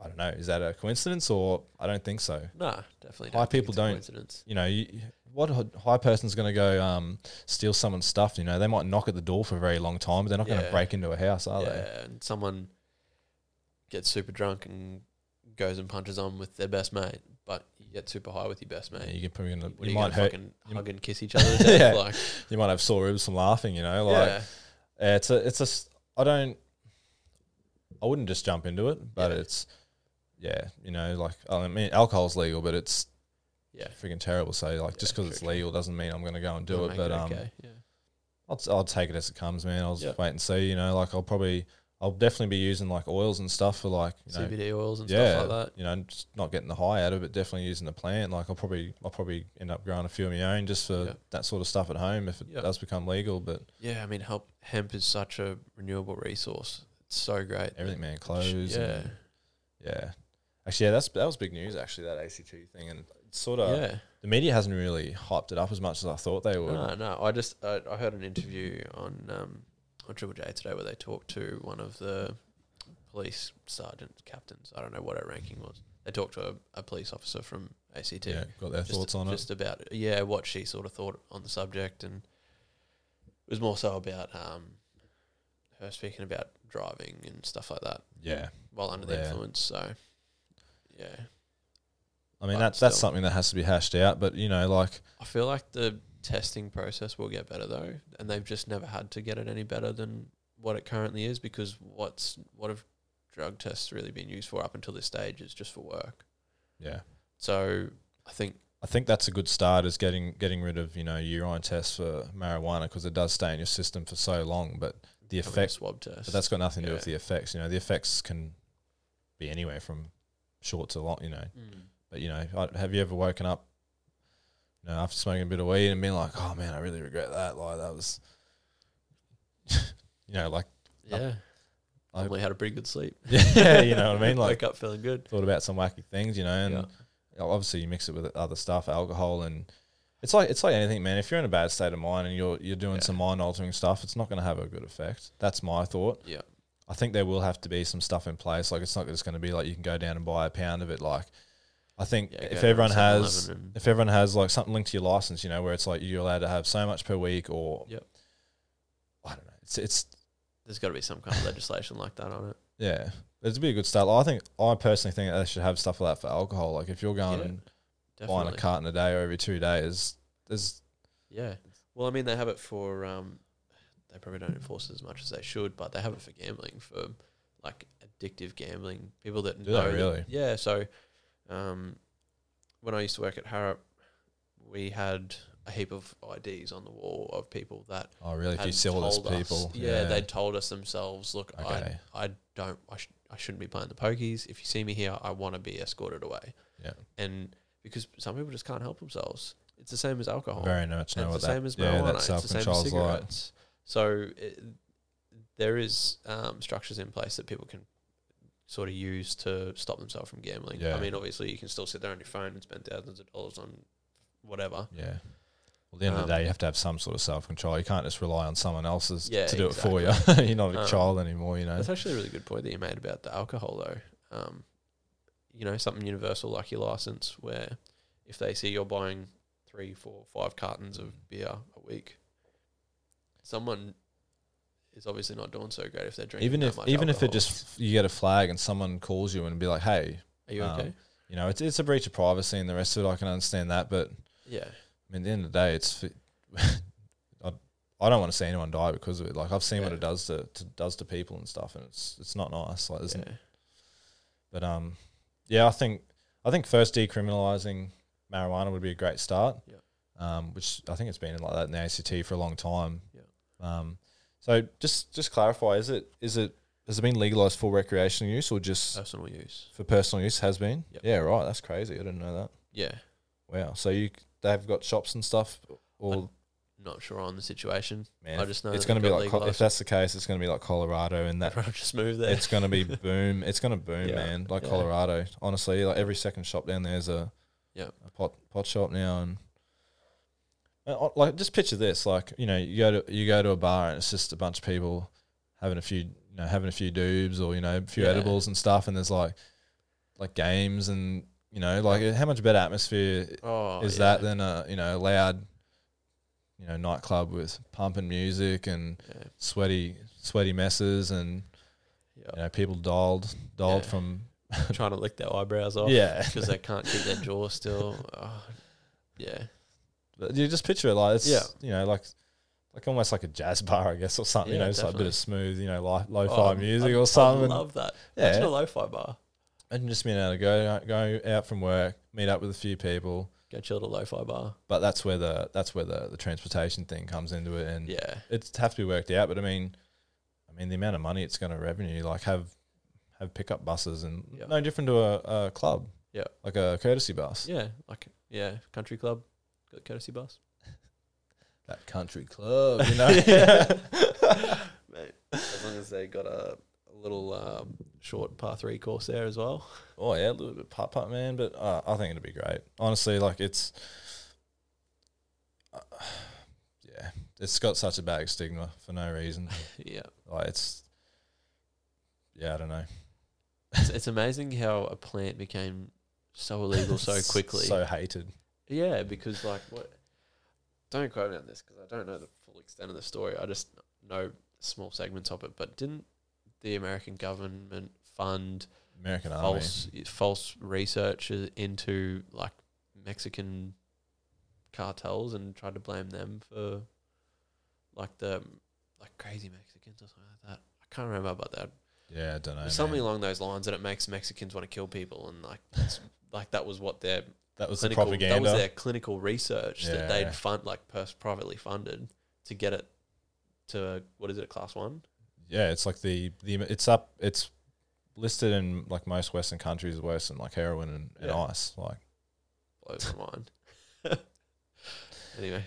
A: I don't know. Is that a coincidence or I don't think so.
B: Nah, definitely.
A: Why
B: don't think
A: people
B: it's a
A: don't-
B: Coincidence.
A: You know, you, what h- high person's going to go um, steal someone's stuff? You know, they might knock at the door for a very long time, but they're not going
B: Yeah.
A: to break into a house, are
B: yeah,
A: they?
B: and someone gets super drunk and goes and punches on with their best mate, but you get super high with your best
A: Yeah,
B: mate.
A: you can probably gonna,
B: What
A: you,
B: are
A: might
B: gonna
A: hurt,
B: fucking
A: you-
B: hug and kiss each other. to death?
A: Yeah.
B: Like,
A: you might have sore ribs from laughing. You know, like
B: yeah,
A: yeah, it's a, it's a, s- I don't, I wouldn't just jump into it, but
B: Yeah.
A: it's, yeah, you know, like I mean, alcohol's legal, but it's
B: yeah.
A: freaking terrible. So like, just 'cause just
B: Yeah,
A: because it's
B: true, true.
A: legal doesn't mean I'm gonna go and
B: Wanna
A: do it.
B: make
A: But um,
B: okay. yeah,
A: I'll, t- I'll take it as it comes, man. I'll just
B: Yeah.
A: wait and see. You know, like I'll probably, I'll definitely be using like oils and stuff for like, you know,
B: CBD oils and
A: yeah,
B: stuff like that.
A: you know, just not getting the high out of it, definitely using the plant. Like I'll probably I'll probably end up growing a few of my own just for
B: Yeah.
A: that sort of stuff at home if it
B: Yeah.
A: does become legal. But
B: Yeah, I mean, help hemp is such a renewable resource. It's so great.
A: everything, man,
B: Sh-
A: clothes.
B: Yeah,
A: and- yeah. Actually, yeah, that's that was big news. Actually, that ACT thing, and it's sort of
B: yeah.
A: the media hasn't really hyped it up as much as I thought they would.
B: No, no. I just I, I heard an interview on um, on Triple J today where they talked to one of the police sergeants, captains. I don't know what her ranking was. They talked to a, a police officer from ACT.
A: yeah, got their
B: just,
A: thoughts on it.
B: just about yeah what she sort of thought on the subject, and it was more so about um, her speaking about driving and stuff like that
A: Yeah,
B: while under the
A: Yeah.
B: influence. So yeah,
A: I mean
B: But
A: that's that's
B: still.
A: something that has to be hashed out. But you know, like
B: I feel like the testing process will get better though, and they've just never had to get it any better than what it currently is because what's what have drug tests really been used for up until this stage is just for work.
A: yeah,
B: So I think
A: I think that's a good start is getting getting rid of you know urine tests for marijuana because it does stay in your system for so long. But the
B: having a
A: effect
B: swab test.
A: But that's got nothing to do with
B: Yeah.
A: the effects. You know, the effects can be anywhere from short to long. You know,
B: Mm.
A: but you know, I, have you ever woken up you know, after smoking a bit of weed and being like, oh man, I really regret that. Like that was, you know, like
B: Yeah.
A: I-
B: Probably had a pretty good sleep.
A: yeah, you know what I mean. Like
B: Wake up feeling good.
A: thought about some wacky things, you know, and
B: Yeah.
A: obviously you mix it with other stuff, alcohol, and it's like it's like anything, man. If you're in a bad state of mind and you're you're doing
B: Yeah.
A: some mind altering stuff, it's not going to have a good effect. That's my thought.
B: Yeah.
A: I think there will have to be some stuff in place. Like it's not just going to be like you can go down and buy a pound of it. Like I think
B: Yeah, go
A: if
B: to
A: everyone has
B: 7-Eleven and-
A: if everyone has like something linked to your license, you know, where it's like you're allowed to have so much per week, or
B: Yep.
A: I don't know. It's it's
B: There's got to be some kind of legislation like that on it.
A: yeah, it'd be a good start. I think I personally think they should have stuff like that for alcohol. Like if you're going
B: Yeah.
A: and
B: Definitely.
A: buying a carton a day or every two days. There's
B: Yeah. Well, I mean, they have it for. Um, they probably don't enforce it as much as they should, but they have it for gambling for like addictive gambling people that
A: Do they
B: know that-
A: really?
B: yeah. So, um, when I used to work at Harrop, we had a heap of IDs on the wall of people that
A: oh really? If you
B: had
A: see all those
B: told us-
A: people,
B: yeah, they told us themselves, look,
A: Okay.
B: I, I don't, I, sh- I shouldn't be playing the pokies. If you see me here, I want to be escorted away.
A: Yeah.
B: And because some people just can't help themselves. It's the same as alcohol.
A: very much know
B: it's
A: what
B: the
A: that.
B: same as
A: yeah,
B: marijuana.
A: that
B: it's
A: self
B: the same as
A: control's like.
B: cigarettes. So it, there is um, structures in place that people can sort of use to stop themselves from gambling.
A: Yeah.
B: I mean, obviously, you can still sit there on your phone and spend thousands of dollars on whatever.
A: Yeah. Well, at the end of the
B: Um,
A: day, you have to have some sort of self control. You can't just rely on someone else's
B: Yeah,
A: to do it for you. You're not a
B: Um,
A: child anymore, you know.
B: That's actually a really good point that you made about the alcohol, though. Um, you know, something universal like your license, where if they see you're buying three, four, five cartons of beer a week, someone is obviously not doing so great if they're drinking.
A: Even
B: that
A: if
B: much
A: even if it
B: alcohol.
A: just you get a flag and someone calls you and be like, hey,
B: Are you
A: Um,
B: okay?
A: you know, it's it's a breach of privacy and the rest of it. I can understand that, but
B: Yeah.
A: I mean, at the end of the day, it's. I, I don't want to see anyone die because of it. Like I've seen what
B: Yeah.
A: it does to, to does to people and stuff, and it's it's not nice. Like there's
B: yeah.
A: But um, yeah, I think I think first decriminalizing marijuana would be a great start.
B: Yeah.
A: Um, which I think it's been like that in the ACT for a long time.
B: Yeah.
A: Um, so just just clarify: is it is it has it been legalized for recreational use or just
B: Personal use.
A: for personal use? Has been.
B: Uh, Yep.
A: Yeah. Right. That's crazy. I didn't know that.
B: Yeah.
A: Wow. So you they've got shops and stuff. Or
B: Not sure on the situation.
A: man,
B: I
A: if-
B: just know
A: it's
B: that
A: going to
B: they've got
A: be like Col- if
B: legalised.
A: that's the case, it's going to be like Colorado and that
B: Everyone just moved there.
A: it's gonna be boom. It's gonna boom,
B: Yeah.
A: man. Like
B: Yeah.
A: Colorado, honestly. Like every second shop down there's a
B: Yep.
A: a pot pot shop now, and and, uh, like just picture this. Like you know, you go to you go to a bar and it's just a bunch of people having a few, you know, having a few doobs or you know, a few
B: Yeah.
A: edibles and stuff, and there's like like games and you know, like how much better atmosphere
B: oh,
A: is
B: yeah.
A: that than a you know loud you know nightclub with pumping music and
B: Yeah.
A: sweaty sweaty messes and you know, people dialed, dialed
B: Yeah.
A: from.
B: yeah. Trying to lick their eyebrows off.
A: Yeah,
B: Because they can't keep their jaw still. Oh, yeah.
A: But you just picture it like it's,
B: Yeah.
A: you know, like like almost like a jazz bar, I guess, or something. you
B: Yeah,
A: know, just like a bit of
B: definitely.
A: smooth, you know, lo- lo-fi
B: Oh,
A: music
B: I-
A: or something.
B: I love that. That's a
A: yeah,
B: lo-fi bar.
A: and just being able to go go out from work, meet up with a few people.
B: Go chill to lo-fi bar.
A: But that's where the that's where the, the transportation thing comes into it, and
B: Yeah.
A: it's have to be worked out. But I mean, I mean the amount of money it's going to revenue, like have have pickup buses, and
B: Yeah.
A: no different to a, a club.
B: Yeah.
A: like a courtesy bus.
B: Yeah. Like, yeah. Country club. Got courtesy bus.
A: That country club, you know.
B: Mate, as long as they got a, a little um, short par three course there as well.
A: Oh yeah, a little bit pop up, man. But uh, I think it'd be great. Honestly, like it's, uh, yeah, it's got such a bad stigma for no reason.
B: Yeah.
A: Like it's, yeah, I don't know.
B: It's, it's amazing how a plant became so illegal so
A: It's
B: quickly.
A: so hated.
B: yeah, because like what? Don't quote me on this because I don't know the full extent of the story. I just know small segments of it. But didn't the American government fund
A: American
B: false false research into like Mexican cartels and tried to blame them for like the like crazy Mexicans or something like that? I can't remember about that.
A: Army. Yeah, I don't know.
B: something
A: Oh, man.
B: along those lines, and it makes Mexicans want to kill people, and like that's, like that was what their
A: that was the
B: clinical
A: propaganda.
B: that was their clinical research that
A: Yeah.
B: they'd fund like pers- privately funded to get it to what is it a class one?
A: yeah, it's like the the it's up. It's listed in like most Western countries worse than like heroin and, and
B: Yeah.
A: ice. Like
B: Blows my mind. Anyway,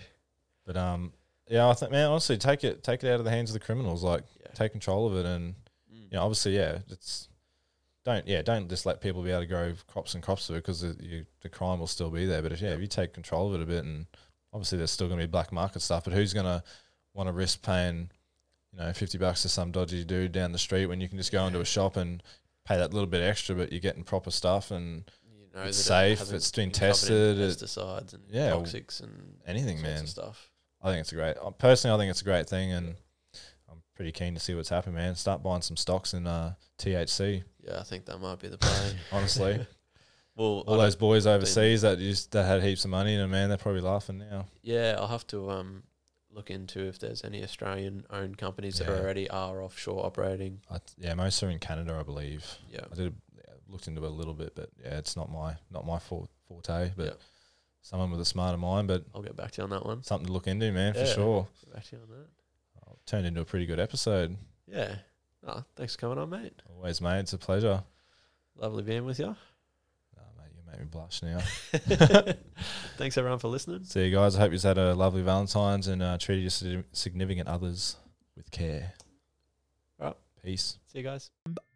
A: But um, yeah, I think man, honestly, take it take it out of the hands of the criminals. Like,
B: yeah.
A: take control of it, and
B: Mm.
A: you know, obviously, yeah, it's don't yeah, don't just let people be able to grow crops and crops of it because you, the crime will still be there. But if, yeah, if you take control of it a bit, and obviously there's still going to be black market stuff, but who's going to want to risk paying you know fifty bucks to some dodgy dude down the street when you can just go into a shop and pay that little bit extra, but you're getting proper stuff and
B: you know
A: It's
B: that it
A: safe,
B: hasn't
A: it's been
B: been covered in
A: tested, it-
B: pesticides and
A: Yeah, w-
B: toxics and
A: anything,
B: sorts
A: man.
B: of stuff.
A: I think it's a great. uh, Personally, I think it's a great thing, and I'm pretty keen to see what's happening, man. Start buying some stocks in uh, THC.
B: Yeah, I think that might be the play.
A: Honestly,
B: well, I
A: all
B: don't-
A: those boys overseas that used that had heaps of money, and man, they're probably laughing now.
B: yeah, I'll have to um look into if there's any Australian-owned companies that
A: Yeah.
B: already are offshore operating.
A: I, th- yeah, most are in Canada, I believe.
B: Yeah,
A: I did yeah, looked into it a little bit, but yeah, it's not my not my for- forte. But
B: Yeah.
A: someone with a smarter mind, but
B: I'll get back to you on that one.
A: something to look into, man,
B: Yeah.
A: for sure.
B: Get back to you on that.
A: Turned into a pretty good episode.
B: Yeah. Oh, thanks for coming on, mate.
A: Always, mate. It's a pleasure.
B: Lovely being with you.
A: Oh, mate, you make me blush now.
B: thanks everyone for listening.
A: So, you guys, I hope you've had a lovely Valentine's and uh, treated your sig- significant others with care.
B: Right.
A: Peace.
B: See you guys.
C: Bye.